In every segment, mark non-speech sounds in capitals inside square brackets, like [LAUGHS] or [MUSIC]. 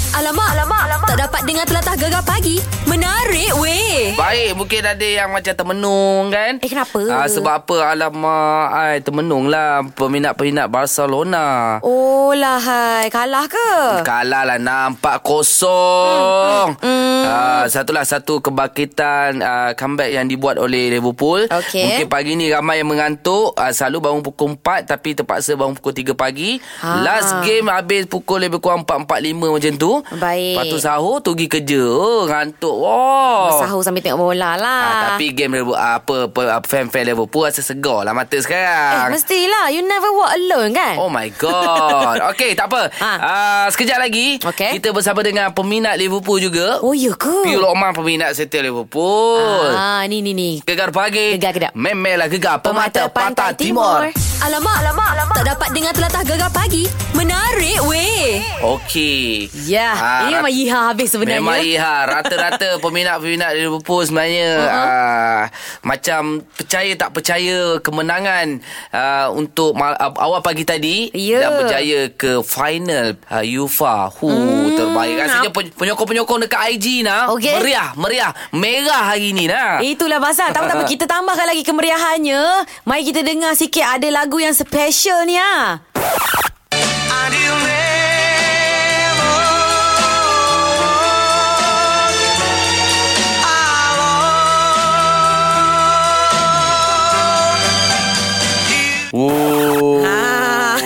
Alamak, alamak, alamak. Tak dapat dengar telatah gegar pagi. Menarik weh. Baik, mungkin ada yang macam termenung kan? Eh, kenapa? Ah, sebab apa? Alamak, ai, termenung lah peminat-peminat Barcelona. Oh lah hai. Kalah ke? Kalah lah nampak kosong. Mm, Hmm. Hmm. Uh, satulah satu kebangkitan uh, comeback yang dibuat oleh Liverpool. Okey. Mungkin pagi ni ramai yang mengantuk. Uh, selalu bangun pukul 4 tapi terpaksa bangun pukul 3 pagi. Ha. Ha. Last game habis pukul lebih kurang 4.45 macam tu. Baik. Lepas tu sahur tu pergi kerja. Oh, ngantuk. Wow. Sahur sambil tengok bola lah. Oh. Ah, tapi game Liverpool, ah, apa, apa fan-fan Liverpool rasa segar lah mata Eh, sekarang. mestilah. You never walk alone kan? Oh my god. [LAUGHS] Okey, tak apa. Ha. Ha. Uh, sekejap lagi Okey. kita bersama dengan peminat Liverpool juga. Oh, ya ke? Piu Lokman peminat setia Liverpool. Ah, ni ni ni. Gegar pagi. Gegar kedap. Memelah gegar pemata, pantai, timur. Alamak, alamak, alamak. Tak dapat dengar telatah gegar pagi. Menarik weh. Okey. Ya, Ah, ini memang Iha habis sebenarnya. Memang Iha Rata-rata peminat-peminat Liverpool sebenarnya uh-huh. uh, Macam percaya tak percaya Kemenangan uh, Untuk mal- uh, awal pagi tadi Ya. Dan berjaya ke final uh, UEFA Hu hmm, Terbaik Rasanya pen- penyokong-penyokong dekat IG nah Okey. Meriah Meriah Merah hari ni nah Itulah pasal Tak apa, tak apa Kita tambahkan lagi kemeriahannya Mari kita dengar sikit Ada lagu yang special ni ha. Oh. Ah.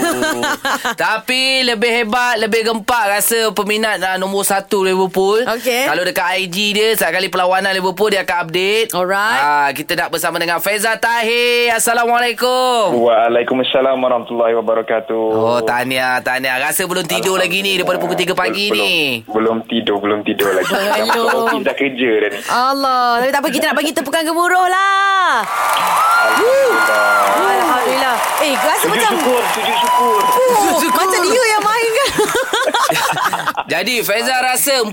[LAUGHS] Tapi lebih hebat, lebih gempak rasa peminat uh, nombor satu Liverpool. Okey. Kalau dekat IG dia, setiap kali perlawanan Liverpool, dia akan update. Alright. Ah, kita nak bersama dengan Faiza Tahir. Assalamualaikum. Waalaikumsalam warahmatullahi wabarakatuh. Oh, tahniah, tahniah. Rasa belum tidur lagi ni daripada pukul 3 pagi belum, ni. Belum tidur, belum tidur [LAUGHS] lagi. dah masuk Belum. office, dah kerja dah ni. Allah Tapi tak apa Kita nak bagi tepukan gemuruh lah Woo. Ah, Alhamdulillah Eh rasa Sujud macam syukur, sujud syukur. Oh, Syukur. Macam dia yang main kan Jadi Faiza rasa 4-0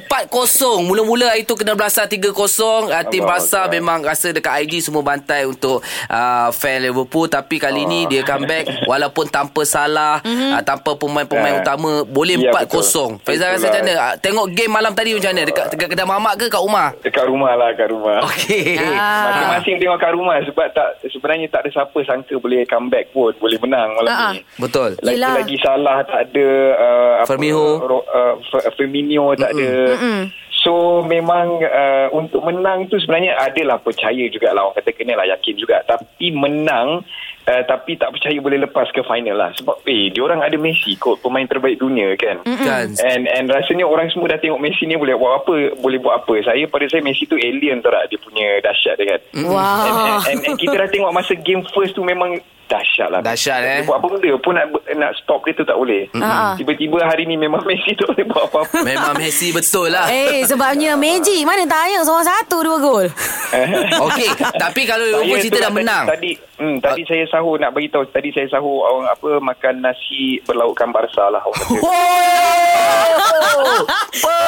Mula-mula hari tu kena belasah 3-0 uh, Tim Allah Barca Allah. memang rasa dekat IG semua bantai untuk uh, fan Liverpool Tapi kali ni dia comeback Walaupun tanpa salah mm-hmm. uh, Tanpa pemain-pemain Ya. utama Boleh Ya, 4-0 betul. Faiza rasa Betul macam lah. mana? Uh, tengok game malam tadi macam mana? Dekat, dekat kedai mamak ke kat rumah? Dekat rumah lah, kat rumah. Okey Ah. Masing-masing tengok kat rumah sebab tak sebenarnya tak ada siapa sangka boleh comeback pun, boleh menang malam Ha, Ah, ni. Betul Yelah. Lagi-lagi salah tak ada uh, Firmino. Ro, uh, F- Firmino tak ada. So memang uh, untuk menang tu sebenarnya adalah percaya jugalah orang kata kenalah yakin juga tapi menang uh, tapi tak percaya boleh lepas ke final lah sebab eh diorang ada Messi kot pemain terbaik dunia kan. Kan And and rasanya orang semua dah tengok Messi ni boleh buat apa, boleh buat apa. Saya pada saya Messi tu alien tau tak dia punya dahsyat dia kan. Wah. And, and, and, and kita dah tengok masa game first tu memang dahsyat lah. Dahsyat, eh. Dia buat apa benda pun nak nak stop dia tu tak boleh. Ha, Ah. Tiba-tiba hari ni memang [LAUGHS] Messi tak boleh buat apa-apa. [LAUGHS] Memang Messi betul lah [LAUGHS] Eh sebabnya Magic Mana tayang seorang satu dua gol Okey Tapi kalau Liverpool Saya cerita tu dah tadi- menang Ah. Tadi hmm, tadi saya sahur nak bagi tahu tadi saya sahur orang apa makan nasi berlaukkan barsa [LAUGHS] lah orang kata. [LAUGHS]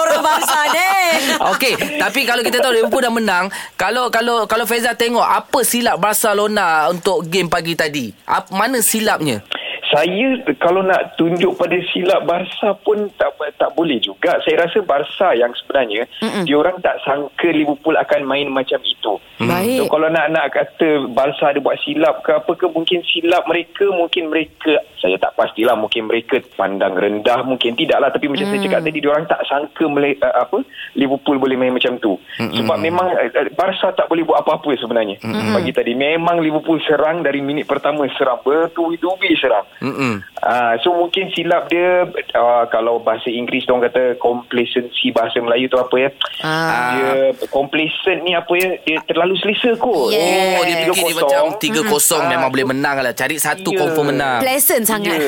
Orang bangsa deh Okey, tapi kalau kita tahu Liverpool dah menang, kalau kalau kalau Faiza tengok apa silap Barcelona untuk game pagi tadi? Apa, mana silapnya? Saya kalau nak tunjuk pada silap Barca pun tak tak boleh juga. Saya rasa Barca yang sebenarnya Mm-mm. diorang tak sangka Liverpool akan main macam itu. Baik. So kalau nak nak kata Barca ada buat silap ke apa ke mungkin silap mereka mungkin mereka saya tak pastilah mungkin mereka pandang rendah mungkin tidaklah tapi macam mm. saya cakap tadi diorang tak sangka mele, uh, apa Liverpool boleh main macam tu. Mm-mm. Sebab memang uh, uh, Barca tak boleh buat apa-apa sebenarnya. Mm-mm. Pagi tadi memang Liverpool serang dari minit pertama serang bertubi-tubi serang. Mm-mm. Uh, so mungkin silap dia uh, kalau bahasa Inggeris orang kata complacency bahasa Melayu tu apa ya? Ah. Dia complacent ni apa ya? Dia terlalu selesa kot. Yes. Oh, dia fikir dia 3-0. macam 3-0 memang Ah, boleh menang lah. Cari satu Ya. confirm menang. Pleasant Ya. sangat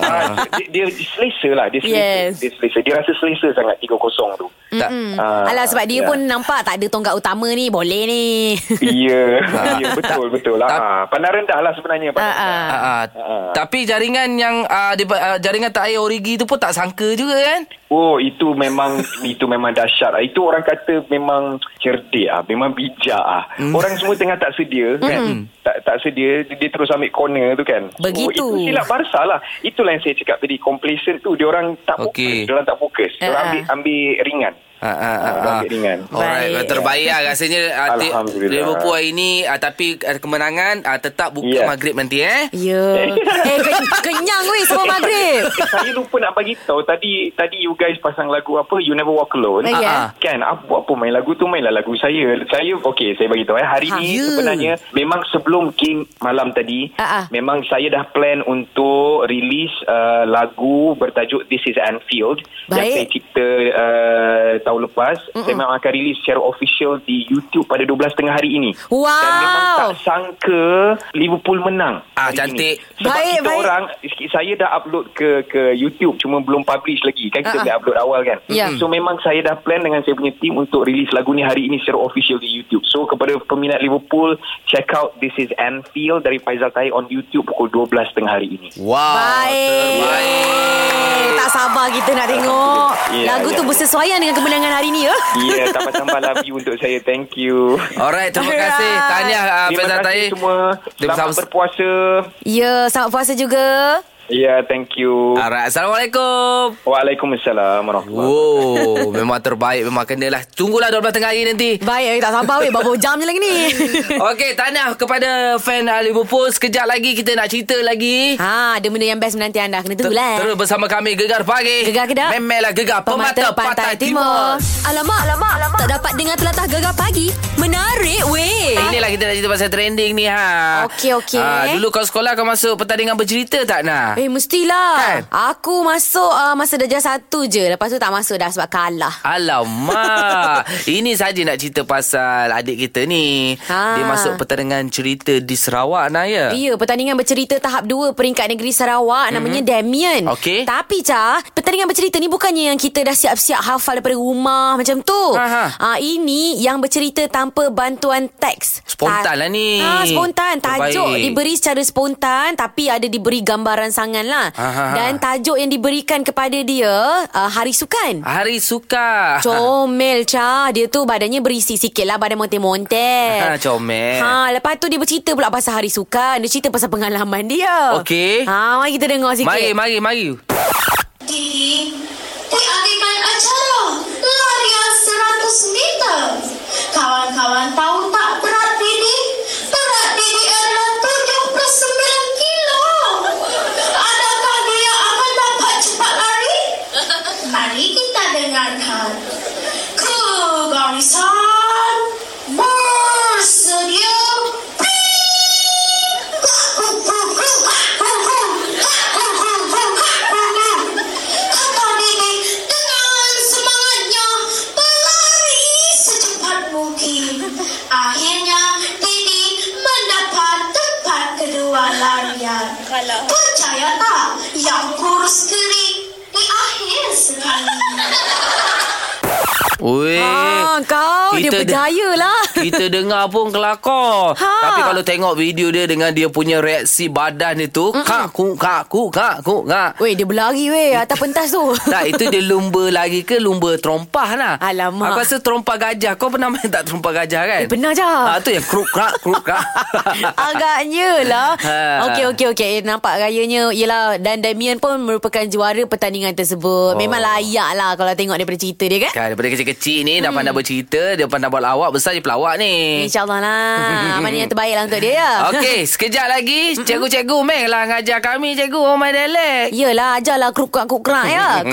Ah, dia, dia selesa lah Dia selesa, Yes. dia selesa Dia rasa selesa sangat 3-0 tu Tak. Ah, Hmm. Alah sebab dia ya. pun nampak tak ada tonggak utama ni Boleh [LAUGHS] ni Ya yeah. yeah, Betul-betul lah Tak- Ah, Pandang rendah lah sebenarnya pandang Ah, ah. rendah. Ah, ah. Ah. Tapi jaringan yang uh, di, uh, jaringan tak air origi tu pun tak sangka juga kan. Oh [LAUGHS] itu memang itu memang dahsyat lah. Itu orang kata memang cerdik ah, memang bijak ah. Hmm. Mm. Orang semua tengah tak sedia mm. kan. Tak tak sedia dia, dia terus ambil corner tu kan. Begitu. So, itu silap Barca lah. Itulah yang saya cakap tadi complacent tu dia orang tak Okey. fokus, dia orang tak fokus. Dia orang Ah. ambil ambil ringan. Ha, ha, ha, Dia orang ambil ringan. Alright, Baik. terbaik lah rasanya ah, ti- Alhamdulillah. Liverpool hari ni ah, tapi ah, kemenangan ah, tetap buka Ya. maghrib nanti eh. [LAUGHS] Ya. Eh, ken- kenyang weh sebelum maghrib. Eh, saya lupa nak bagi tahu tadi tadi you guys pasang lagu apa You Never Walk Oh, Alone. ya? Ah, ah. Kan apa apa main lagu tu mainlah lagu saya. Saya okey saya bagi tahu eh hari Ha, ni ya. sebenarnya memang sebelum game malam tadi Ah, ah. memang saya dah plan untuk release uh, lagu bertajuk This is Anfield yang Baik. saya cipta uh, tahun lepas. Mm-mm. Saya memang akan release secara official di YouTube pada 12 tengah hari ini. Dan memang tak Wow. sangka Liverpool menang. Ah, hari cantik. ini. Sebab Baik, baik, baik. kita baik. orang saya dah upload ke ke YouTube cuma belum publish lagi. Kan Ah, kita ah. uh-huh. upload awal kan. Ya. So memang saya dah plan dengan saya punya team untuk release lagu ni hari ini secara official di YouTube. So kepada peminat Liverpool check out This is Anfield dari Faizal Tahir on YouTube pukul 12 tengah hari ini. Wow. Baik. Tak sabar kita nak tengok. Ya, Lagu tu ya. bersesuaian dengan kemenangan hari ni ya. [LAUGHS] Ya, yeah, tambah-tambah lah. love you untuk saya. Thank you. Alright, terima Alright. kasih. Tahniah uh, Faizal Terima Tahir. kasih semua. Terima Selamat kasih. berpuasa. Ya, selamat puasa juga. Ya, yeah, thank you. Alright, Assalamualaikum. Waalaikumsalam warahmatullahi Wow, [LAUGHS] memang terbaik. Memang kenalah. Tunggulah 12 tengah hari nanti. Baik, eh, tak sabar weh. Berapa jam je lagi [LAUGHS] ni? Okey, tahniah kepada fan uh, Liverpool. Sekejap lagi kita nak cerita lagi. ha, ada benda yang best menanti anda. Kena Ter- tunggulah. eh. Terus bersama kami Gegar Pagi Gegar Kedah. Memelah Gegar Pemata, Pantai, Timur, Alamak, alamak, alamak. Tak dapat dengar telatah gegar pagi. Menarik weh. Eh, Inilah kita nak cerita pasal trending ni ha. Okey, okey. Ah, dulu kau sekolah kau masuk pertandingan bercerita tak nak? Eh mestilah Kan? Aku masuk uh, Masa darjah satu je Lepas tu tak masuk dah Sebab kalah Alamak [LAUGHS] Ini saja nak cerita pasal Adik kita ni Ha. ha. Dia masuk pertandingan cerita Di Sarawak nak ya Mhm. Ya, pertandingan bercerita tahap 2 peringkat negeri Sarawak mm-hmm. namanya Damien. Okey. Tapi Cah, pertandingan bercerita ni bukannya yang kita dah siap-siap hafal daripada rumah macam tu. Aha. Ah, ini yang bercerita tanpa bantuan teks. Spontan lah ni. Ah, spontan. Tajuk Terbaik. diberi secara spontan tapi ada diberi gambaran sangan lah. Aha. Dan tajuk yang diberikan kepada dia uh, Hari Sukan. Hari suka Comel Cha Dia tu badannya berisi sikit lah Badan monte-monte Ha, comel. ha, Lepas tu dia bercerita pula Pasal hari sukan Dia cerita pasal pengalaman dia Okey. ha, Mari kita dengar sikit Mari, mari, mari di diadakan acara larian 100 meter. Kawan-kawan tahu tak berat diri? Berat diri adalah 79 kilo. Adakah dia akan dapat cepat lari? Mari kita dengarkan. Kegarisan bersedia. Kakak Nenek dengan semangatnya berlari secepat mungkin. Akhirnya, Nenek mendapat tempat kedua larian. Percaya tak yang kurus kering di akhir sekali. Ui ha, Kau dia Kita de- berjaya lah [LAUGHS] Kita dengar pun kelakar Ha. Tapi kalau tengok video dia Dengan dia punya reaksi badan itu Kak, ku, kak, ku, kak, ku, kak [LAUGHS] Weh dia berlari weh Atas pentas tu [LAUGHS] tak, itu dia lumba lagi ke lumba terompah lah. Alamak. Aku rasa terompah gajah. Kau pernah main tak terompah gajah kan? Eh, pernah, Jah. Ah, tu yang kruk krak, kruk krak. [LAUGHS] Agaknya lah [LAUGHS] Ha. Okey okey okey Eh, Nampak rayanya Yelah Dan Damien pun merupakan juara pertandingan tersebut Memang Oh. layak lah Kalau tengok daripada cerita dia kan Kan, daripada kecil-kecil ni Hmm. dah pandai bercerita, dia pandai buat lawak, besar dia pelawak ni. InsyaAllah lah Mana yang terbaik lah untuk dia ya Kan. Okey, sekejap [LAUGHS] lagi Hmm. cikgu-cikgu Meh lah ngajar kami cikgu Oh My Dialect. Yelah, ajarlah kruk-kruk-kruk [LAUGHS] ya. Hmm.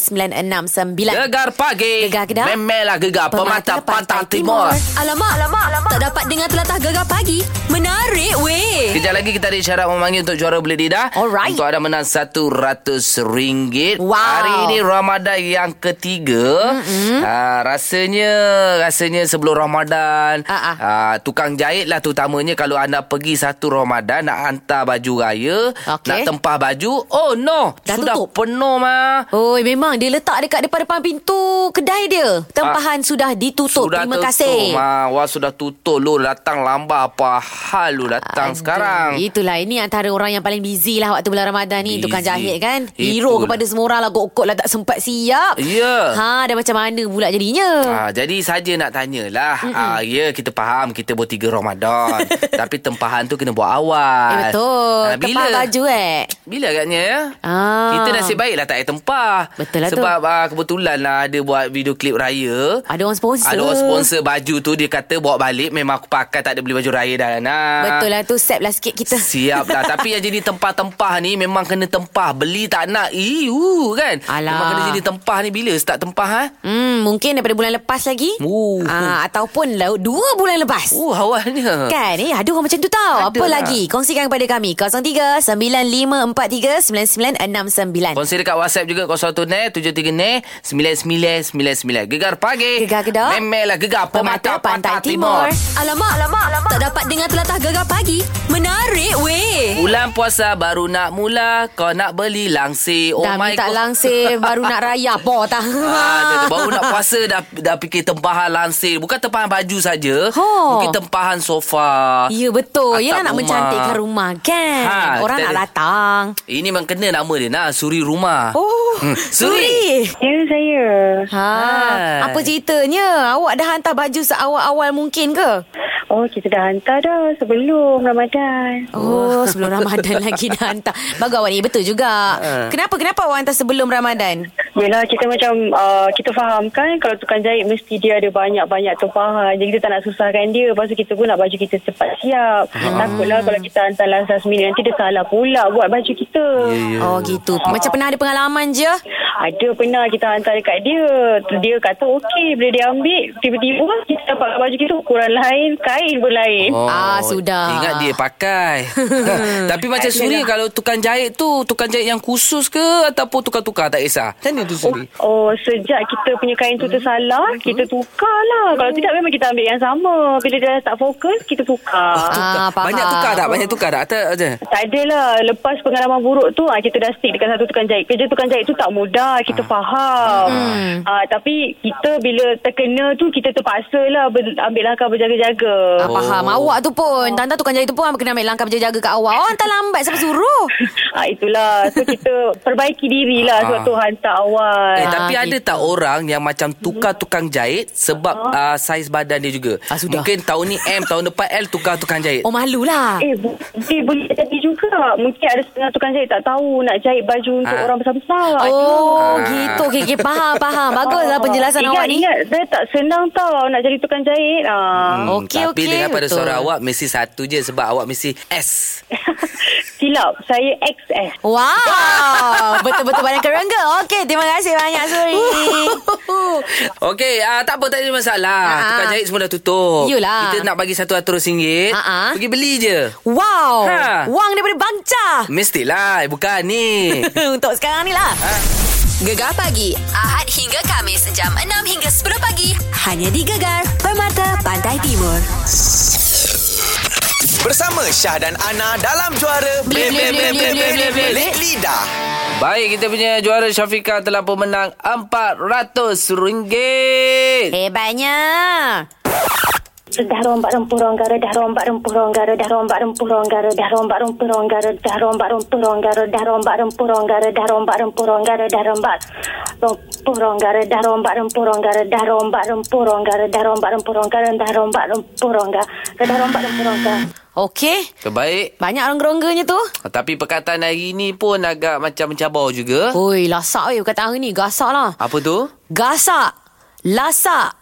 0395439969. Gegar pagi. Gegar Kedah. Memelah gegar pemata, pantai timur. Alamak, alamak, alamak. Tak dapat dengar telatah gegar pagi. Menarik weh. Sekejap lagi kita ada isyarat memanggil untuk juara beli lidah. Alright. Untuk anda menang RM100. Wow. Hari ini Ramadan dan yang ketiga mm-hmm. uh, rasanya rasanya sebelum Ramadan Ah, ah. uh, tukang jahit lah terutamanya kalau anda pergi satu Ramadan nak hantar baju raya Okey. nak tempah baju oh no Dah sudah tutup. penuh mah Oi, memang dia letak dekat depan depan pintu kedai dia. Tempahan sudah ditutup. Ah. Sudah Terima tutup. kasih. Ma, wah sudah tutup. Lu datang lambat apa hal lu datang Aduh, sekarang. Itulah ini antara orang yang paling busy lah waktu bulan Ramadan ni Busy. tukang jahit kan. Hero Itulah. kepada semua orang lah gokok lah tak sempat siap. Ya. Ha dah macam mana pula jadinya? Ah, jadi saja nak tanyalah. Ah, ya kita faham kita buat tiga Ramadan. [LAUGHS] tapi tempahan tu kena buat eh awal. betul. Ah, bila? Tepah baju eh. Bila agaknya ya? Ah. Kita nasib baik lah tak payah tempah. Betul lah tu. Sebab ah, kebetulan lah ada buat video klip raya. Ada orang sponsor. Ada orang sponsor baju tu dia kata bawa balik memang aku pakai tak ada beli baju raya dah nah. Betul lah tu Sep lah sikit kita Siap dah [LAUGHS] Tapi yang jadi tempah-tempah ni Memang kena tempah Beli tak nak Iu kan Alah. Memang kena jadi tempah ni Bila start tempah ha? Hmm, mungkin daripada bulan lepas lagi. Oh. Ah, ataupun lau- dua bulan lepas. Uh awalnya Kan? Eh, ada orang macam tu tau. Ada Apa lah. lagi? Kongsikan kepada kami. 03-9543-9969. Kongsi dekat WhatsApp juga 01 ne 73 ne 9999 Gegar pagi Gegar Kedah. Memelah gegar Pemata Pantai, Timur. Alamak, alamak, alamak. Tak dapat dengar telatah gegar pagi. Menarik, weh. Bulan puasa baru nak mula Kau nak beli langsir Oh Dah my minta God. langsir baru nak raya. Bo, tak. Ah, dia- [LAUGHS] baru nak puasa dah dah fikir tempahan langsir. Bukan tempahan baju saja. Ho. Mungkin tempahan sofa. Ya, betul. Ah, Atap Yelah nak rumah. mencantikkan rumah, kan? Ha, Orang kita nak ada- datang. Ini memang kena nama dia nah, Suri Rumah. Oh, Hmm. Suri. Ya saya Ha, Hai. apa ceritanya? Awak dah hantar baju seawal-awal mungkin ke? Oh kita dah hantar dah Sebelum Ramadan [LAUGHS] Oh, sebelum Ramadan lagi dah hantar. Bagus awak ni, betul juga. Ha. Kenapa kenapa awak hantar sebelum Ramadan? Yelah kita macam uh, Kita faham kan Kalau tukang jahit Mesti dia ada banyak-banyak tempahan Jadi kita tak nak susahkan dia Lepas tu kita pun nak baju kita cepat siap Takutlah kalau kita hantar last last minute Nanti dia salah pula Buat baju kita Ya. Oh, gitu. Macam pernah ada pengalaman je. Ada pernah kita hantar dekat dia Tu Dia kata okey Bila dia ambil Tiba-tiba kita dapat baju kita Ukuran lain Kain berlain Oh, Ah, sudah. Ingat dia [LAUGHS] pakai. Tapi macam Suri kalau tukang jahit tu, tukang jahit yang khusus ke ataupun tukar-tukar tak kisah. Macam mana tu Suri? Oh, sejak kita punya kain tu tersalah, Mhm. kita tukar lah. Kalau tidak memang kita ambil yang sama. Bila dia tak fokus, kita [LAUGHS] tukar. Ah, faham. banyak tukar tak? Banyak tukar tak? Tak ada. Tak adalah. Lepas pengalaman buruk tu, ah, kita dah stick dekat satu tukang jahit. Kerja tukang jahit tu tak mudah. Kita faham. Hmm. Ah, tapi kita bila terkena tu, kita terpaksa lah ber, ambil langkah berjaga-jaga. Ah, Oh. faham. Awak tu pun, tanda tukang jahit tu pun kena ambil langkah berjaga kat awak. Awak hantar lambat siapa suruh? [LAUGHS] Ah, itulah. So, kita perbaiki diri lah sebab Ah. tu hantar awal. Eh, tapi Ah, gitu. ada Oh. tak orang yang macam tukar tukang jahit sebab uh, saiz badan dia juga? Ah, sudah. Mungkin tahun ni M, tahun depan L tukar tukang jahit. Oh, malulah. Eh, bu- eh, boleh jadi juga. Mungkin ada setengah tukang jahit tak tahu nak jahit baju untuk Ah. orang besar-besar. Oh, Ah. gitu. Okey, okay. faham, faham. Baguslah lah penjelasan eh. Oh, ingat, awak ni. Ingat, saya tak senang tau nak jadi tukang jahit. Ah. Hmm, Oh. [LAUGHS] Okey, Tapi okey, dengar pada betul. suara awak mesti satu je sebab awak mesti S. Silap, saya XS. [LAUGHS] Wow, betul-betul badan kerangga. Okey, terima kasih banyak [LAUGHS] Suri. Okey, uh, tak apa tak ada masalah. Ah, ah. Tukang jahit semua dah tutup. Yulah. Kita nak bagi satu ratus ringgit. Ah, ah. Pergi beli je. Wow, Ha. wang daripada Bangca. Mestilah, eh, bukan ni. [LAUGHS] Untuk sekarang ni lah. Gegar pagi Ahad hingga Kamis jam 6 hingga 10 pagi hanya di Gegar Permata Pantai Timur. Bersama Syah dan Ana dalam juara Belit, belit, belit, belit, belit, belit. Belit Lidah. [LAUGHS] Baik, kita punya juara Syafiqah telah pemenang RM400. Hebatnya. Dah rombak rempuh ronggara, dah rombak rempuh ronggara, dah rombak rempuh ronggara, dah rombak rempuh ronggara, dah rombak rempuh ronggara, dah rombak rempuh ronggara, dah rombak rempuh ronggara, dah rombak rempuh ronggara, dah rombak rempuh ronggara, dah rombak rempuh ronggara, dah rombak rempuh ronggara, dah rombak rempuh ronggara, dah rombak rempuh ronggara. Okey. Terbaik. Banyak orang gerongganya tu. Tapi perkataan hari ni pun agak macam mencabar juga. Oi, lasak weh kata hari ni. Gasak lah. Apa tu? Gasak. Lasak.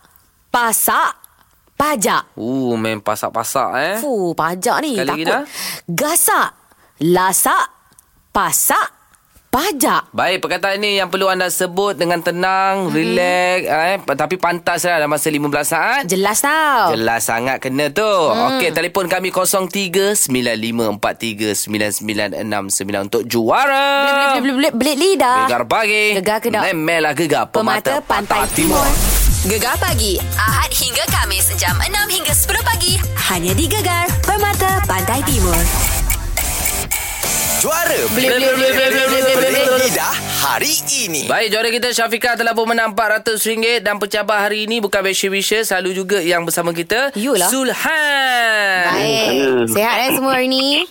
Pasak. Pajak. Uh, main pasak-pasak eh. Fuh, pajak ni Sekali lagi takut. dah. Gasak. Lasak. Pasak. Pajak. Baik, perkataan ini yang perlu anda sebut dengan tenang, mm-hmm. relax, eh, pa- tapi pantas lah dalam masa 15 saat. Jelas tau. Jelas sangat kena tu. Hmm. Okey, telefon kami 0395439969 untuk juara. Belit-belit belit lidah. Gegar pagi. Gegar kedok. Memelah gegar Pemata pemata, Pantai Timur. Gegar pagi Ahad hingga Kamis jam 6 hingga 10 pagi hanya di Gegar Permata Pantai Timur. Juara Belit Lidah hari ini. Baik, juara kita Syafiqah telah pun menang RM400 dan pencabar hari ini bukan Besha-Besha, selalu juga yang bersama kita Yulah. Sulhan. Baik. Sehat eh semua hari ni?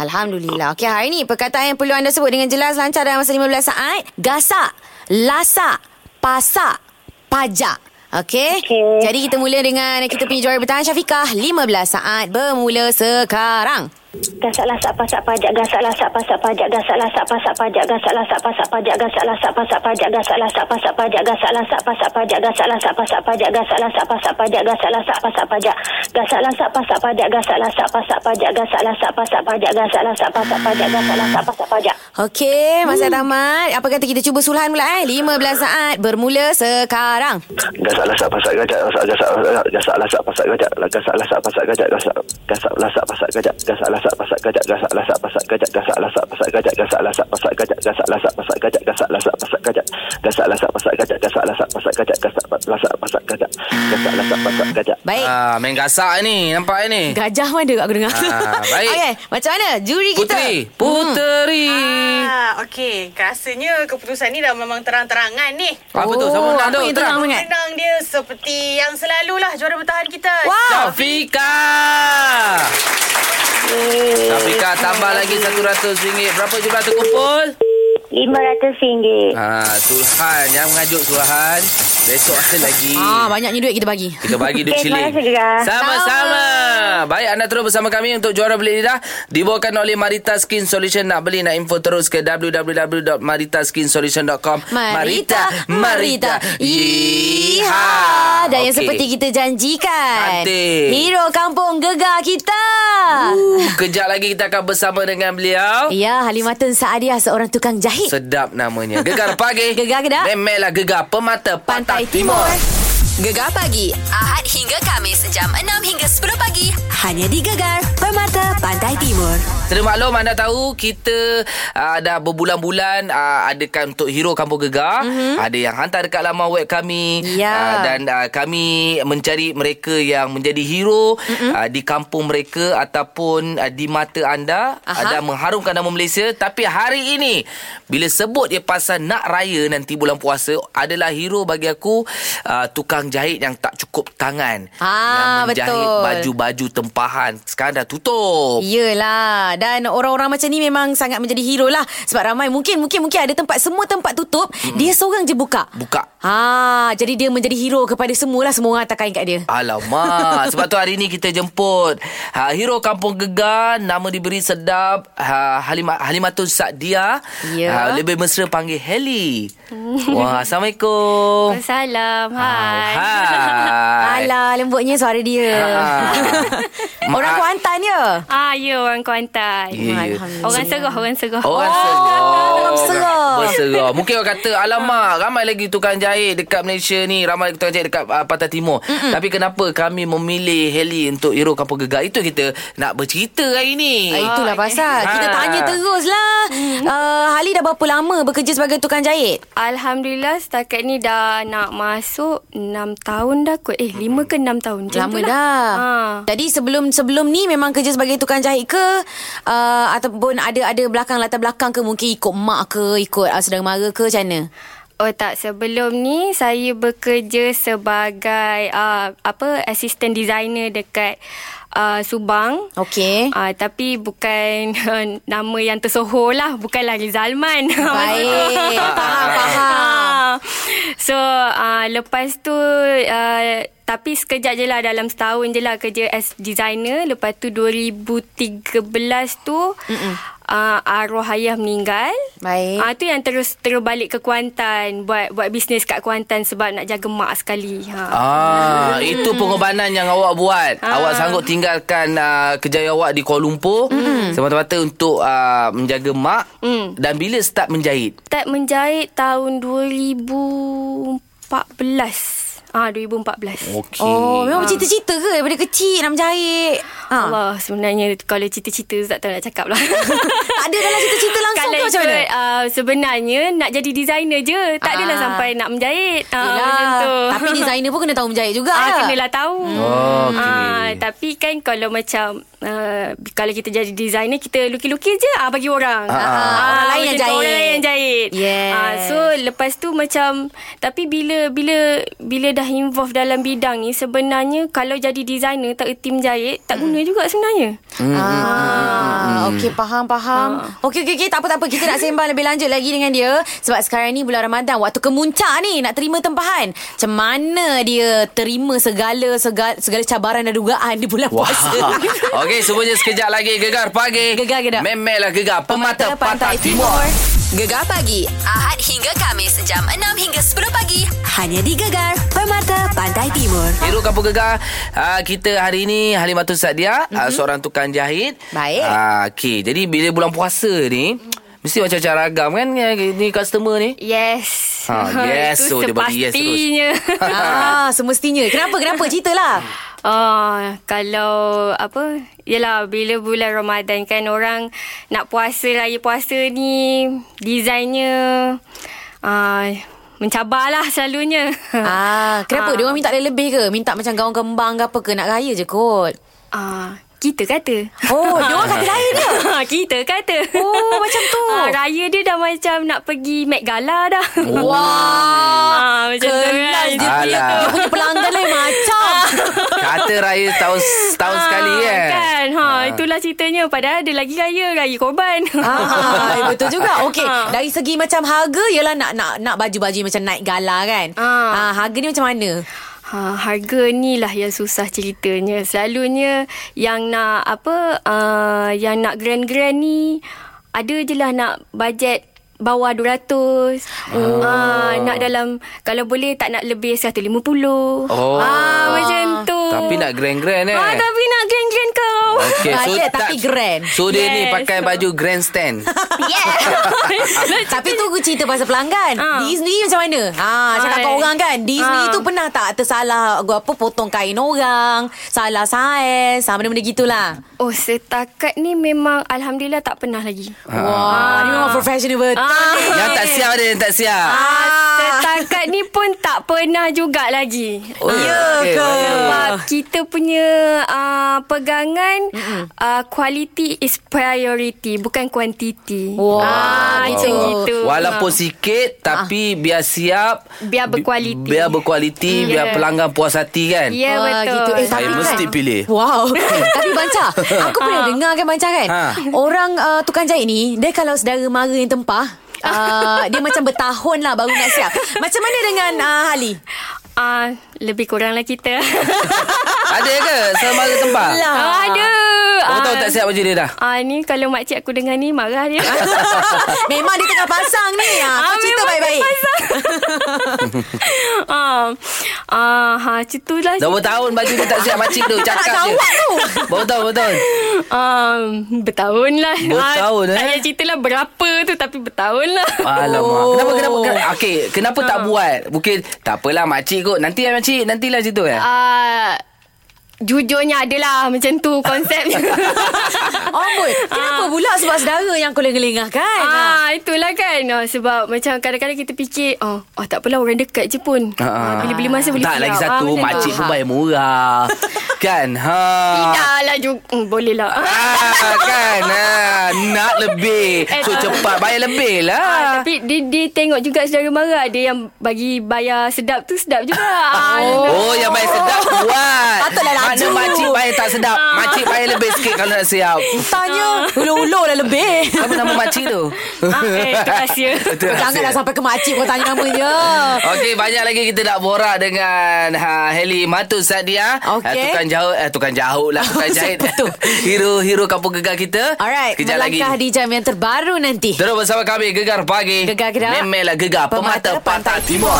Alhamdulillah. Okey, hari ni perkataan yang perlu anda sebut dengan jelas, lancar dalam masa 15 saat. Gasak, lasak, pasak, pajak. Okey. Okey. Jadi kita mula dengan kita punya juara bertahan Syafiqah 15 saat bermula sekarang. Gasak lasak pasak pajak gasak lah. lasak pasak pajak gasak lasak pasak pajak gasak lasak pasak pajak gasak lasak pasak pajak gasak lasak pasak pajak gasak lasak pasak pajak gasak lasak pasak pajak gasak lasak pasak pajak gasak lasak pasak pajak gasak lasak pasak pajak gasak lasak pasak pajak gasak lasak pasak pajak gasak lasak pasak pajak gasak lasak pasak pajak Okey, masa hmm. tamat. Apa kata kita cuba sulahan pula eh? 15 saat bermula sekarang. Gasak lasak pasak gajak Gasak gasak Gasak lasak pasak gajak Gasak lasak pasak gajak Gasak gasak lasak pasak gajak Gasak lasak pasak gajak Gasak lasak pasak gajak Gasak lasak pasak gajak Gasak lasak pasak gajak Gasak lasak pasak gajak Gasak lasak pasak gajak Gasak lasak pasak gajak Gasak lasak pasak gajak Gasak lasak pasak gajak Gasak lasak pasak gajak Baik. Ah, main gasak ni, nampak ni. Gajah mana aku dengar? Ah, baik. [LAUGHS] Okey, macam mana? Juri kita. Hmm. Puteri, Puteri. Ah, okey. Rasanya keputusan ni dah memang terang-terangan ni. Apa tu? Oh, Sama menang apa tu. yang Terang. terang sangat? Menang dia seperti yang selalulah juara bertahan kita. Wow. Syafiqa. Syafiqa tambah lagi RM100. Berapa jumlah terkumpul? RM500 Ah, Sulhan yang mengajuk Sulhan. Besok ada lagi. Ah, banyaknya duit kita bagi. Kita bagi duit Okey, terima siling. kasih, Gegar. Sama-sama. Baik, anda terus bersama kami untuk Juara Belit Lidah. Dibawakan oleh Marita Skin Solution. Nak beli, nak info terus ke www.maritaskinsolution.com. Marita, Marita. Iha. Yeeha. Dan yang Okey. seperti kita janjikan. Cantik. Hero kampung gegar kita. Uh, Kejap lagi kita akan bersama dengan beliau. Ya, Halimatun Saadiah seorang tukang jahit. Sedap namanya. Gegar pagi. Gegar ke tak? Memelah gegar pemata Pantai pantai, timur. Timur. Gegar pagi Ahad hingga Kamis jam 6 hingga 10 pagi hanya di Gegar Permata Pantai Timur. Secara maklum anda tahu kita uh, dah berbulan-bulan uh, adakan untuk hero kampung gegar. Mm-hmm. Ada yang hantar dekat laman web kami Mhm. Ya. dan uh, kami mencari mereka yang menjadi hero Mhm. mm-hmm. uh, di kampung mereka ataupun uh, di mata anda Aha. uh, dan mengharumkan nama Malaysia. Tapi hari ini bila sebut dia pasal nak raya nanti bulan puasa adalah hero bagi aku uh, tukang jahit yang tak cukup tangan. Ah, yang menjahit betul. Ya. baju-baju tempahan. Sekarang dah tutup. Yelah Dan orang-orang macam ni Memang sangat menjadi hero lah Sebab ramai Mungkin mungkin mungkin ada tempat Semua tempat tutup mm. Hmm. Dia seorang je buka Buka. ha, Jadi dia menjadi hero Kepada semualah Semua orang hantar kain kat dia Alamak Sebab tu hari ni kita jemput ha, Hero Kampung Gegar Nama diberi sedap ha, Halima, Halimatun Sadia Ha, Ya. Lebih mesra panggil Heli [LAUGHS] Wah Assalamualaikum Salam Oh, Ah, Hai Alah lembutnya suara dia Ah. [LAUGHS] Orang Ma- Kuantan ya Ah, ya orang Kuantan. Ya, ya. Alhamdulillah. Orang Serah, orang Serah. Orang Oh, dalam serah. Orang serah. Mungkin orang kata, alamak, ramai lagi tukang jahit dekat Malaysia ni. Ramai lagi tukang jahit dekat uh, Pantai Timur. Mm-mm. Tapi kenapa kami memilih Heli untuk hero kampung gegar? Itu kita nak bercerita hari ni. Ah, Itulah pasal Kita Ah. tanya terus lah uh, Hali dah berapa lama Bekerja sebagai tukang jahit Alhamdulillah setakat ni dah nak masuk 6 tahun dah kot. Eh, 5 ke 6 tahun. Macam Lama tu lah. dah Ha. Jadi sebelum sebelum ni Memang kerja sebagai tukang jahit ke uh, Ataupun ada ada belakang Latar belakang ke Mungkin ikut mak ke Ikut uh, saudara mara ke Macam mana Oh tak, sebelum ni saya bekerja sebagai uh, apa assistant designer dekat uh, Subang. Okey Ah, Uh, tapi bukan uh, nama yang tersohor lah. Bukanlah Rizalman. [LAUGHS] Baik Faham faham Ah. So uh, lepas tu uh, tapi sekejap je lah dalam setahun je lah kerja as designer. Lepas tu 2013 tu Mm-mm. uh, arwah ayah meninggal. Baik. Ah uh, tu yang terus terus balik ke Kuantan buat buat bisnes kat Kuantan sebab nak jaga mak sekali. Ha. Ah, itu pengorbanan yang awak buat. Ah. Awak sanggup tinggalkan uh, kerjaya awak di Kuala Lumpur mm. semata-mata untuk uh, menjaga mak. Mm. Dan bila start menjahit? Start menjahit tahun 2014. Ah 2014. Okey. Ah. Oh, memang cita-cita ke daripada kecil nak menjahit? Ha. Allah sebenarnya kalau cita-cita Ustaz tak tahu nak cakap lah [LAUGHS] Tak ada dalam cita-cita langsung Kalau ke macam mana? ikut, uh, Sebenarnya nak jadi designer je Tak adalah Ah. sampai nak menjahit uh, Macam Yelah, tu tapi [LAUGHS] designer pun kena tahu menjahit juga. Ah, ya? kenalah tahu. Oh, okey. Ah, tapi kan kalau macam uh, kalau kita jadi designer kita lukis-lukis je ah bagi orang. Ah, ah. Orang lain yang macam tu, Orang jahit. lain yang jahit. Yes. Ah, so lepas tu macam tapi bila bila bila dah involve dalam bidang ni sebenarnya kalau jadi designer tak tim jahit tak Hmm. guna juga sebenarnya. Hmm, Ah, okey faham faham. Ah. Okey okey okey tak apa tak apa kita nak sembang lebih lanjut lagi dengan dia sebab sekarang ni bulan Ramadan waktu kemuncak ni nak terima tempahan. Macam mana dia terima segala segala, segala cabaran dan dugaan di bulan [LAUGHS] [LAUGHS] Wah. puasa? [LAUGHS] Okey, semuanya sekejap lagi gegar pagi. Gegar ke tak? Memelah gegar pemata, pantai, timur. Gegar pagi Ahad hingga Kamis jam 6 hingga 10 pagi hanya di Gegar Permata Pantai [LAUGHS] Timur. Hero Kampung Gegar uh, Kita hari ini Halimatul Sadia mm-hmm. uh, Seorang tukang jahit Baik. uh, Okay Jadi bila bulan puasa ni Mesti macam-macam ragam kan eh, Ni customer ni Yes. [LAUGHS] Ah, yes. Itu So, dia bagi yes terus. sepastinya. [LAUGHS] ah, semestinya. Kenapa kenapa ceritalah. Ah, kalau apa? Yalah bila bulan Ramadan kan orang nak puasa raya puasa ni desainnya ah mencabarlah selalunya. Ah, kenapa? Ah. Dia orang minta dia lebih ke? Minta macam gaun kembang ke apa ke nak raya je kot. Ah, kita kata. Ah, Oh, dia orang kata lain dia. kita kata. Oh, macam tu. Ah, raya dia dah macam nak pergi Met Gala dah. Wah, [LAUGHS] Ah, [LAUGHS] macam tu kan. kelas dia punya, Alah. dia punya pelanggan lain [LAUGHS] macam. Kata raya tahun setahun Ah, sekali kan Kan. Ha, itulah ceritanya. Padahal ada lagi raya, raya korban. eh, Ah, betul [LAUGHS] juga. Okey, Ah. dari segi macam harga ialah nak nak nak baju-baju macam naik gala kan. Ah, Ah. harga ni macam mana? Ha, harga ni lah yang susah ceritanya. Selalunya yang nak apa, uh, yang nak grand-grand ni ada je lah nak bajet bawah 200. Oh. Ah, nak dalam kalau boleh tak nak lebih 150. Oh. Ah, macam tu. Tapi nak grand-grand eh Ah, tapi nak grand-grand kau. Okay, so Bajet tapi grand. So dia ni ya, Yes. pakai baju [LAUGHS] grandstand [LAUGHS] Yeah. [LAUGHS] Tapi tu aku cerita pasal pelanggan. Lah, Ah. Di sendiri macam mana? Ha, cakap Hai. kat orang kan. Di sendiri Ah. tu pernah tak tersalah gua apa potong kain orang, salah saiz, sama benda-benda gitulah. Oh, setakat ni memang Alhamdulillah tak pernah lagi. Ah. Wah, ni memang professional betul. Ah. Yang tak siap dia Yang tak siap Setakat ni pun tak pernah juga lagi. Oh, ya ke? Sebab kita punya uh, pegangan uh, quality is priority bukan quantity. Wah, Ah, macam betul. gitu. Walaupun Ah. sikit Tapi biar siap Biar berkualiti. Biar berkualiti Hmm. Biar Yeah. pelanggan puas hati kan Ya yeah, Wah, betul. gitu. Eh, Saya Tapi kan- mesti pilih Wow [LAUGHS] Tapi Banca Aku pernah dengar kan Banca kan Ha. Orang uh, tukang jahit ni Dia kalau sedara mara yang tempah [LAUGHS] uh, Dia macam bertahun lah Baru nak siap Macam mana dengan uh, Hali? Ah, lebih kurang lah [LAUGHS] kita. Ada ke Semara tempat Lah. ah, ada. Kamu tahu Ah. tak siap baju dia dah Ah ni kalau makcik aku dengar ni marah dia. Ah, Memang dia tengah pasang ni ah, Kau cerita memang baik-baik terpaksa. ah, ah, ha, macam tu lah. Dah bertahun baju dia tak siap Makcik tu cakap je Awak tu Baru tahun Baru tahun Um, bertahun lah. Bertahun, ah, Tak eh? payah cerita lah berapa tu tapi bertahun lah. Alamak Kenapa kenapa, kenapa Okey Kenapa tak Ha. buat Mungkin Tak apalah makcik kot Nanti lah makcik Nantilah situ kan Ah, jujurnya adalah macam tu [LAUGHS] konsepnya. Oh, Amboi Kenapa pula sebab sedara yang kau lengah kan ah. Ah, itulah kan ah, Sebab macam kadang-kadang kita fikir oh, oh tak apalah orang dekat je pun ah, Bila-bila masa boleh Tak siap. lagi Ah, satu macam tu. Makcik pun Ha. bayar [LAUGHS] murah Kan ha. Tidak lah juga hmm, Boleh lah Ah, kan ah, Nak lebih [LAUGHS] Eh, So tak. cepat Bayar lebih Ah, lah tapi dia, dia tengok juga saudara Mara Ada [LAUGHS] yang bagi bayar sedap tu sedap juga ah, Oh yang bayar sedap Buat lah, Patutlah lama Mana makcik bayar tak sedap Ah. Makcik bayar lebih sikit Kalau nak siap Tanya Ah. Ulur-ulur dah lebih Apa nama makcik tu? Ah, eh, itu [LAUGHS] rahsia. Itu rahsia. lah, Janganlah sampai ke makcik Kau tanya nama [LAUGHS] dia Okey, banyak lagi kita nak borak dengan ha, Heli Matu Sadia. Okey. Eh, tukang jahut, eh, tukang jahut lah, tukang [LAUGHS] jahit. [LAUGHS] Hero-hero kampung gegar kita. Alright Kejap lagi. Melangkah di jam yang terbaru nanti Terus bersama kami, Gegar Pagi. Gegar Gerak. Memelah Gegar Pemata, Pantai Timur.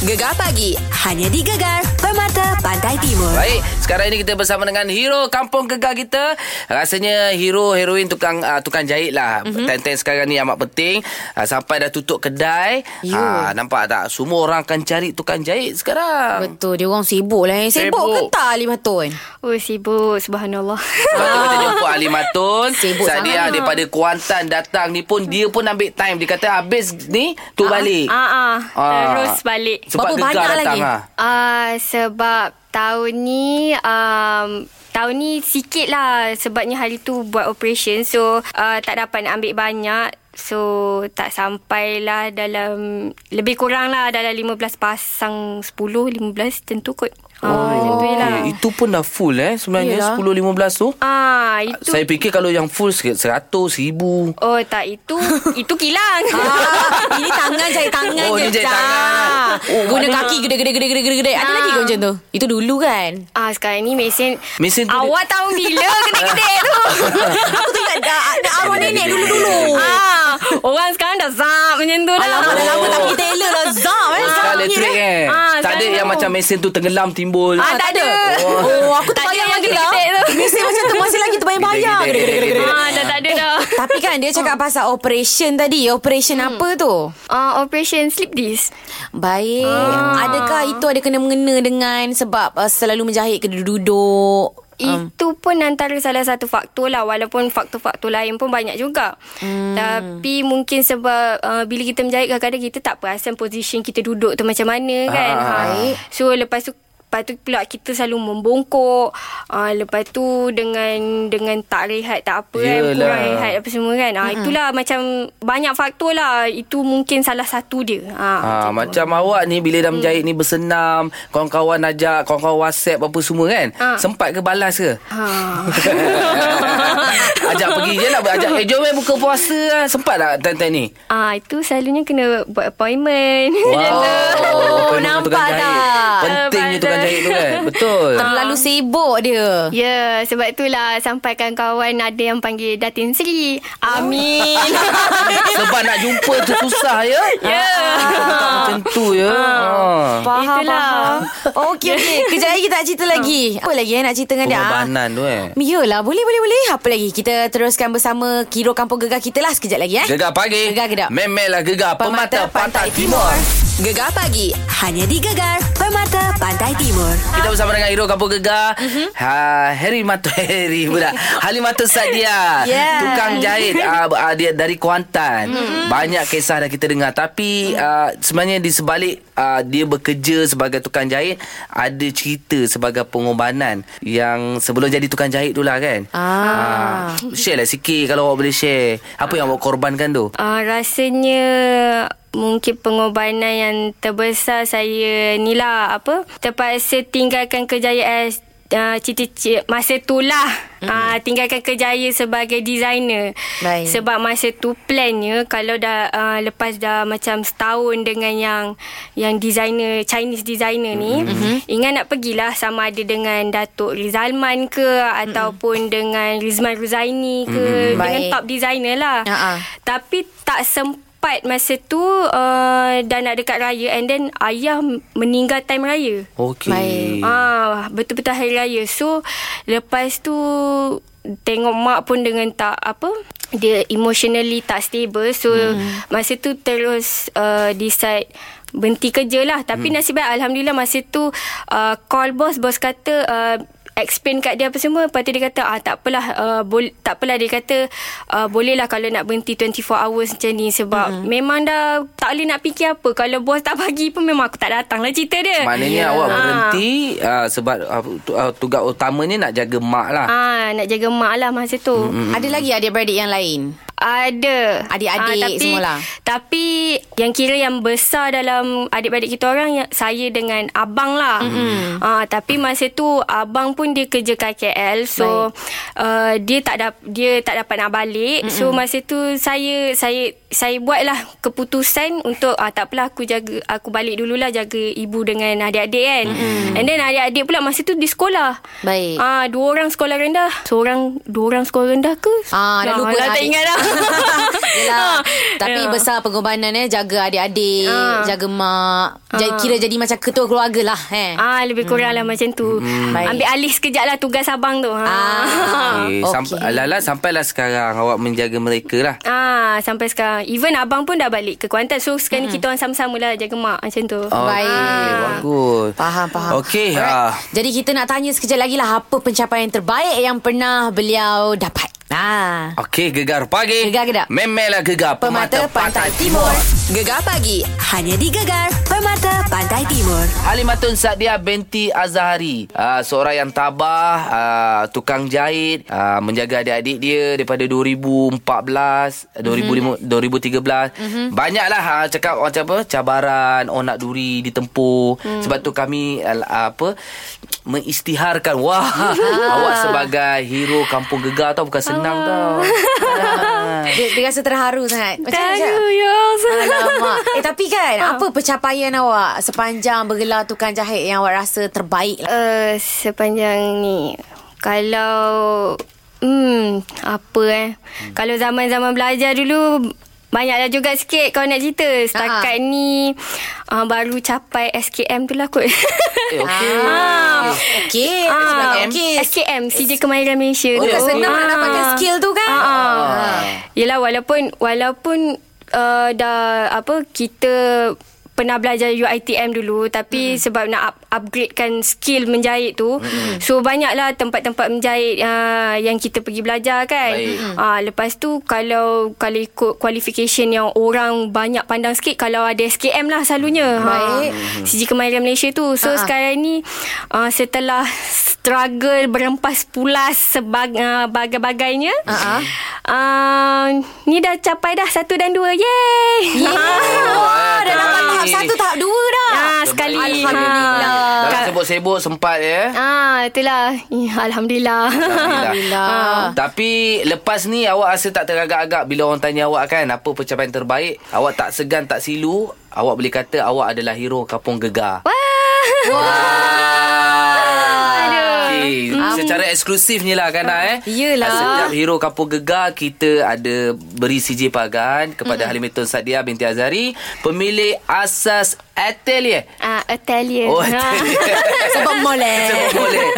Gegar pagi hanya di Gegar Permata Pantai Timur. Baik, sekarang ini kita bersama dengan hero kampung gegar kita. Rasanya hero heroin tukang uh, tukang jahit lah. Mhm. Mm-hmm. Ten-ten sekarang ni amat penting. Uh, sampai dah tutup kedai. Uh, nampak tak? Semua orang akan cari tukang jahit sekarang. Betul dia orang sibuk lah eh. Sibuk, ke Sibuk. tak Ali Matun? Oh sibuk Subhanallah Lepas tu kita jumpa Ali Matun Ah. Sibuk Sadia sangat. lah. daripada Kuantan datang ni pun Dia pun ambil time Dia kata habis ni Tu balik Ah, ah, Ah. Terus balik Sebab Berapa gegar banyak datang, lagi? ah? Ah, Sebab tahun ni um, Tahun ni sikit lah Sebabnya hari tu buat operation So uh, tak dapat nak ambil banyak So tak sampailah dalam Lebih kurang lah dalam 15 pasang 10, 15 tentu kot Oh, Ah, macam tu je lah. Eh, Itu pun dah full eh Sebenarnya Yelah. 10-15 tu Ah, itu Saya fikir kalau yang full sikit 100, 1000 Oh tak itu Itu kilang [LAUGHS] [LAUGHS] ah, Ini tangan jahit tangan Oh, je ini jahit Cak. tangan. Oh, Guna mana- kaki gede-gede-gede-gede Ada Ah. lagi kau macam tu? Itu dulu kan Ah sekarang ni mesin Mesin tu Awak tahu bila kena [LAUGHS] gede tu [LAUGHS] Aku tu ingat dah- dah arwah nenek dulu-dulu ah, Orang sekarang dah zap macam tu dah Alamak dah lama tak pergi tailor lah Zam Ah, eh Sekarang elektrik eh Tak ada yang macam mesin tu tenggelam timbul Ah, tak ada. Oh, aku tak bayang lagi lah. Mesin macam tu masih lagi terbayang-bayang. Gede, gede, gede, gede. Ah, dah tak ada dah. Eh, Tapi kan dia cakap pasal operation tadi. Operation apa tu? Uh, operation sleep disc. Baik. Adakah itu ada kena mengena dengan sebab uh, selalu menjahit ke duduk-duduk? Um, Itu pun antara salah satu faktor lah Walaupun faktor-faktor lain pun banyak juga hmm. Tapi mungkin sebab uh, Bila kita menjahit kadang-kadang kita tak perasan Position kita duduk tu macam mana kan Ah. Baik. So lepas tu Lepas tu pula kita selalu membongkok uh, Lepas tu dengan dengan tak rehat tak apa Yelah. kan Kurang rehat apa semua kan uh, Itulah macam banyak faktor lah Itu mungkin salah satu dia uh, Ha, macam awak ni bila dah menjahit ni bersenam, kawan-kawan ajak, kawan-kawan WhatsApp apa semua kan? Ha. Sempat ke balas ke? Ha. [LAUGHS] ajak pergi je lah ajak, Eh jom eh buka puasa lah Sempat tak time-time ni Ah itu selalunya kena buat appointment. [LAUGHS] Wow, nampak tak? Pentingnya tukang jahit tu kan Betul Terlalu sibuk dia. Ya, yeah, sebab itulah sampaikan kawan ada yang panggil Datin Sri. Amin. Sebab nak jumpa tu susah ya Ya. Ah, Macam tu ya ha. Faham, Itulah. faham. Okey, okey. [LAUGHS] Ah. Kejap lagi kita nak cerita lagi. Apa lagi eh nak cerita dengan dia? ah? Pengorbanan tu eh Yelah, boleh, boleh, boleh. Apa lagi? Kita teruskan bersama Kiro Kampung Gegar kita lah sekejap lagi eh. Gegar pagi Gegar gedap. Memelah gegar Pemata, Pantai Timur Gegar pagi hanya di Gegar Permata Pantai Timur. Kita bersama dengan Hero Kampung Gegar mm-hmm. ha, Harry Matu [LAUGHS] Harry pula Halimatul Sadia Yes. Tukang jahit uh, uh, Dia dari Kuantan mm-hmm. Banyak kisah dah kita dengar Tapi uh, Sebenarnya di sebalik uh, Dia bekerja sebagai tukang jahit Ada cerita sebagai pengorbanan Yang sebelum jadi tukang jahit tu lah kan Ah. uh, Share lah sikit Kalau awak boleh share Apa yang awak korbankan tu Ah rasanya mungkin pengorbanan yang terbesar saya ni lah apa terpaksa tinggalkan kejayaan Uh, cita-cita masa tu lah mm. uh, tinggalkan kerjaya sebagai designer Baik. sebab masa tu plannya kalau dah uh, lepas dah macam setahun dengan yang yang designer Chinese designer ni mm-hmm. ingat nak pergilah sama ada dengan Datuk Rizalman ke ataupun dengan Rizman Ruzaini ke Mm-mm. mm-hmm. dengan Baik. top designer lah Ha-ha. tapi tak sempat masa tu uh, dah nak dekat raya and then ayah meninggal time raya. Okey Ah betul-betul hari raya. So lepas tu tengok mak pun dengan tak apa dia emotionally tak stable. So hmm. masa tu terus uh, decide berhenti kerja lah. Tapi hmm. nasib baik alhamdulillah masa tu uh, call bos bos kata uh, explain kat dia apa semua lepas tu dia kata ah tak apalah uh, bol- tak apalah dia kata uh, bolehlah kalau nak berhenti 24 hours macam ni sebab Hmm. mm-hmm. memang dah tak boleh nak fikir apa kalau bos tak bagi pun memang aku tak datang lah cerita dia Maknanya Ah. awak berhenti uh, Sebab uh, tu- uh, tugas utamanya nak jaga mak lah Ah, nak jaga mak lah masa tu. Ada lagi adik-beradik yang lain? Ada. Adik-adik Ah, tapi, semualah. Tapi yang kira yang besar dalam adik-adik kita orang yang- saya dengan abang lah. Mm-hmm. Ah tapi masa tu abang pun dia kerja KKL so uh, dia tak dap, dia tak dapat nak balik. Mm-hmm. So masa tu saya saya saya buatlah keputusan untuk ah tak apalah aku jaga aku balik dululah jaga ibu dengan adik-adik kan. Mm-hmm. And then adik-adik pula masa tu di sekolah. Baik. Ah dua orang sekolah rendah. Seorang dua orang sekolah rendah ke? Ah, dah lupa dah nak tak adik. ingat [LAUGHS] dah. [LAUGHS] Yelah. Ah, Tapi ya. besar pengorbanan eh jaga adik-adik, Ah. jaga mak, ja- Ah. kira jadi macam ketua keluarga lah eh. Ah lebih kurang lah macam tu. Hmm. Baik. Ambil alih sekejap lah tugas abang tu. Ha. Ah. Okay. Sampai, Lala sampailah sekarang awak menjaga mereka lah. [LAUGHS] Ah sampai sekarang Even abang pun dah balik ke Kuantan So sekarang Hmm. mm. kita orang sama-sama lah Jaga mak macam tu Ah. Oh, Okay, bagus. Faham, faham. Okey. Alright. Uh, Jadi kita nak tanya sekejap lagi lah apa pencapaian terbaik yang pernah beliau dapat. Ah. Okey, gegar pagi. Gegar ke tak? Memelah gegar pemata, Permata Pantai Timur. Gegar pagi hanya di Gegar Permata Pantai Timur. Halimatun Sadia binti Azhari uh, Seorang yang tabah uh, Tukang jahit uh, Menjaga adik-adik dia Daripada 2014 eh, 2005, 2013 Banyaklah ha, Cakap orang cakap apa Cabaran Orang nak duri Ditempuh Mhm. Sebab tu kami uh, Apa Mengistiharkan Wah Awak sebagai hero Kampung Gegar tau Bukan senang tau Dia, dia rasa terharu sangat. Terharu, ya. Alamak. Eh, tapi kan, Ah. apa pencapaian awak sepanjang bergelar tukang jahit yang awak rasa terbaik lah? uh, Sepanjang ni Kalau Hmm Apa eh hmm. Kalau zaman-zaman belajar dulu Banyaklah juga sikit kau nak cerita Setakat Ah. uh-huh. ni uh, Baru capai SKM tu lah kot Eh, okey. [LAUGHS] Ah. Okey. Ah, [LAUGHS] SKM CJ Kemahiran Malaysia Oh, tu. tak senang nak Ah. dapatkan skill tu kan? Ah, ah. Yelah walaupun Walaupun uh, Dah Apa Kita pernah belajar UiTM dulu tapi mm. sebab nak up, upgradekan skill menjahit tu mm. so banyaklah tempat-tempat menjahit uh, yang kita pergi belajar kan Baik. Hmm. uh, lepas tu kalau kalau ikut qualification yang orang banyak pandang sikit kalau ada SKM lah selalunya Hmm. Baik. ha. CG Kemahiran Malaysia tu Ah. so uh-huh. sekarang ni uh, setelah struggle berempas pulas sebagai uh, bagai-bagainya uh-huh. uh, ni dah capai dah satu dan dua Ah, yay Wah, dah dapat tahap satu, tahap dua dah. Ah, sekali. Ha. Alhamdulillah. Dah sebut-sebut sempat ya Ah, itulah. Ih, Alhamdulillah. Alhamdulillah. Ah. Tapi lepas ni awak rasa tak teragak-agak bila orang tanya awak kan apa pencapaian terbaik? Awak tak segan tak silu, awak boleh kata awak adalah hero Kampung Gegar. [LAUGHS] Okey, Hmm. secara eksklusif ni lah kan Nak, eh. Yelah. Setiap hero Kampung Gegar kita ada beri CJ Pagan kepada mm. Halimatun Sadia binti Azari, pemilik asas Atelier. [LAUGHS] Ah, Atelier. Oh, Atelier. Sebab boleh. Sebab [LAUGHS] boleh.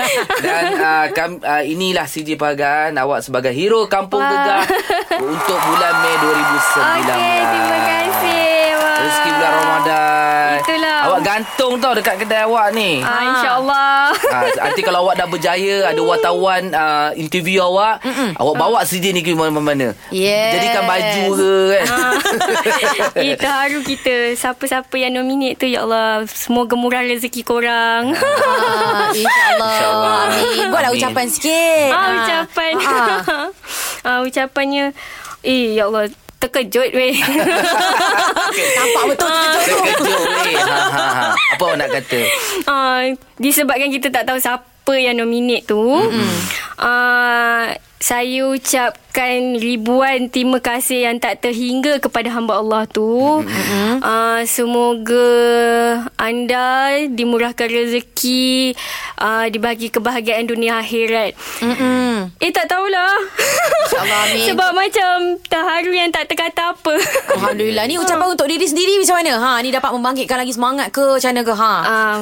Dan uh, kam, uh, inilah CJ Pagan awak sebagai hero Kampung Gegar untuk bulan Mei 2019. Okey, terima kasih. Wah. Rezeki bulan Ramadan. Itulah. Awak gantung tau dekat kedai awak ni. Ah, InsyaAllah. [LAUGHS] Ah, nanti kalau awak dah berjaya Ada wartawan uh, Interview awak Mm-mm. Awak bawa CJ ni ke mana-mana Yes. Jadikan baju ke kan Eh, terharu kita. Siapa-siapa yang nominate tu, Ya Allah. Semoga murah rezeki korang. Ah, InsyaAllah. InsyaAllah. Amin. Buatlah Amin. ucapan sikit. Ya. [LAUGHS] Ah, ucapan. Ah. Ah. [LAUGHS] ah, ucapannya. Eh, Ya Allah. Terkejut [LAUGHS] weh. Nampak betul terkejut tu. Ah. Terkejut weh ha, ha, ha. Apa awak nak kata uh, disebabkan kita tak tahu siapa yang nominate tu mm-hmm. uh, saya ucapkan ribuan terima kasih yang tak terhingga kepada hamba Allah tu mm-hmm. uh, semoga anda dimurahkan rezeki uh, dibagi kebahagiaan dunia akhirat Mm-mm. Eh tak tahulah amin. [LAUGHS] Oh. Sebab macam Terharu yang tak terkata apa Alhamdulillah. Ni ucapan untuk diri sendiri macam mana? Ha, ni dapat membangkitkan lagi semangat ke? Macam mana ke? Ha. Uh,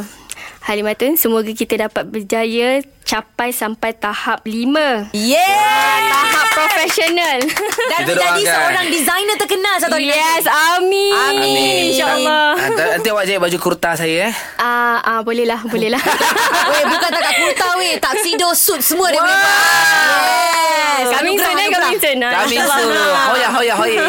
Halimatun, semoga kita dapat berjaya capai sampai tahap lima. Yeah! Tahap profesional. Dan Kita menjadi doakan. seorang designer terkenal satu hari Yes, nanti. amin. Amin. InsyaAllah. Ah, ta- Nanti awak jahit baju kurta saya eh. Ah, ah boleh lah, boleh lah. [LAUGHS] Weh, bukan tak kat kurta weh. Tuxedo suit semua dia boleh buat. Yes. Kami Anugerah, lah, sana, anugerah. kami Ah, sana. Kami suruh Hoya hoya [LAUGHS] hoya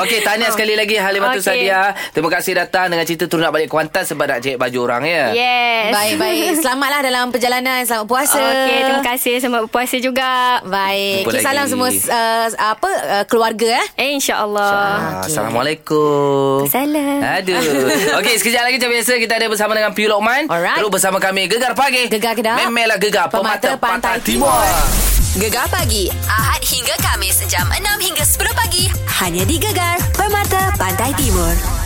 Okey tahniah sekali lagi Halimatul okay. Okey. Sadia Terima kasih datang Dengan cerita turun nak balik Kuantan Sebab nak cek baju orang ya Yes. [LAUGHS] Baik-baik. Selamatlah dalam perjalanan. Selamat puasa. Okey, Ah. terima kasih. Selamat berpuasa juga. Baik. Jumpa Okay, lagi. salam semua uh, apa uh, keluarga eh. Eh, insyaAllah. Ah, Assalamualaikum Salam. Eh? Aduh Okey sekejap lagi macam biasa Kita ada bersama dengan Piu Lokman Alright. Terus bersama kami Gegar Pagi Gegar Kedah. Memelah Gegar Pemata, Pantai, Timur, Gegar pagi Ahad hingga Kamis jam 6 hingga 10 pagi hanya di Gegar Permata Pantai Timur.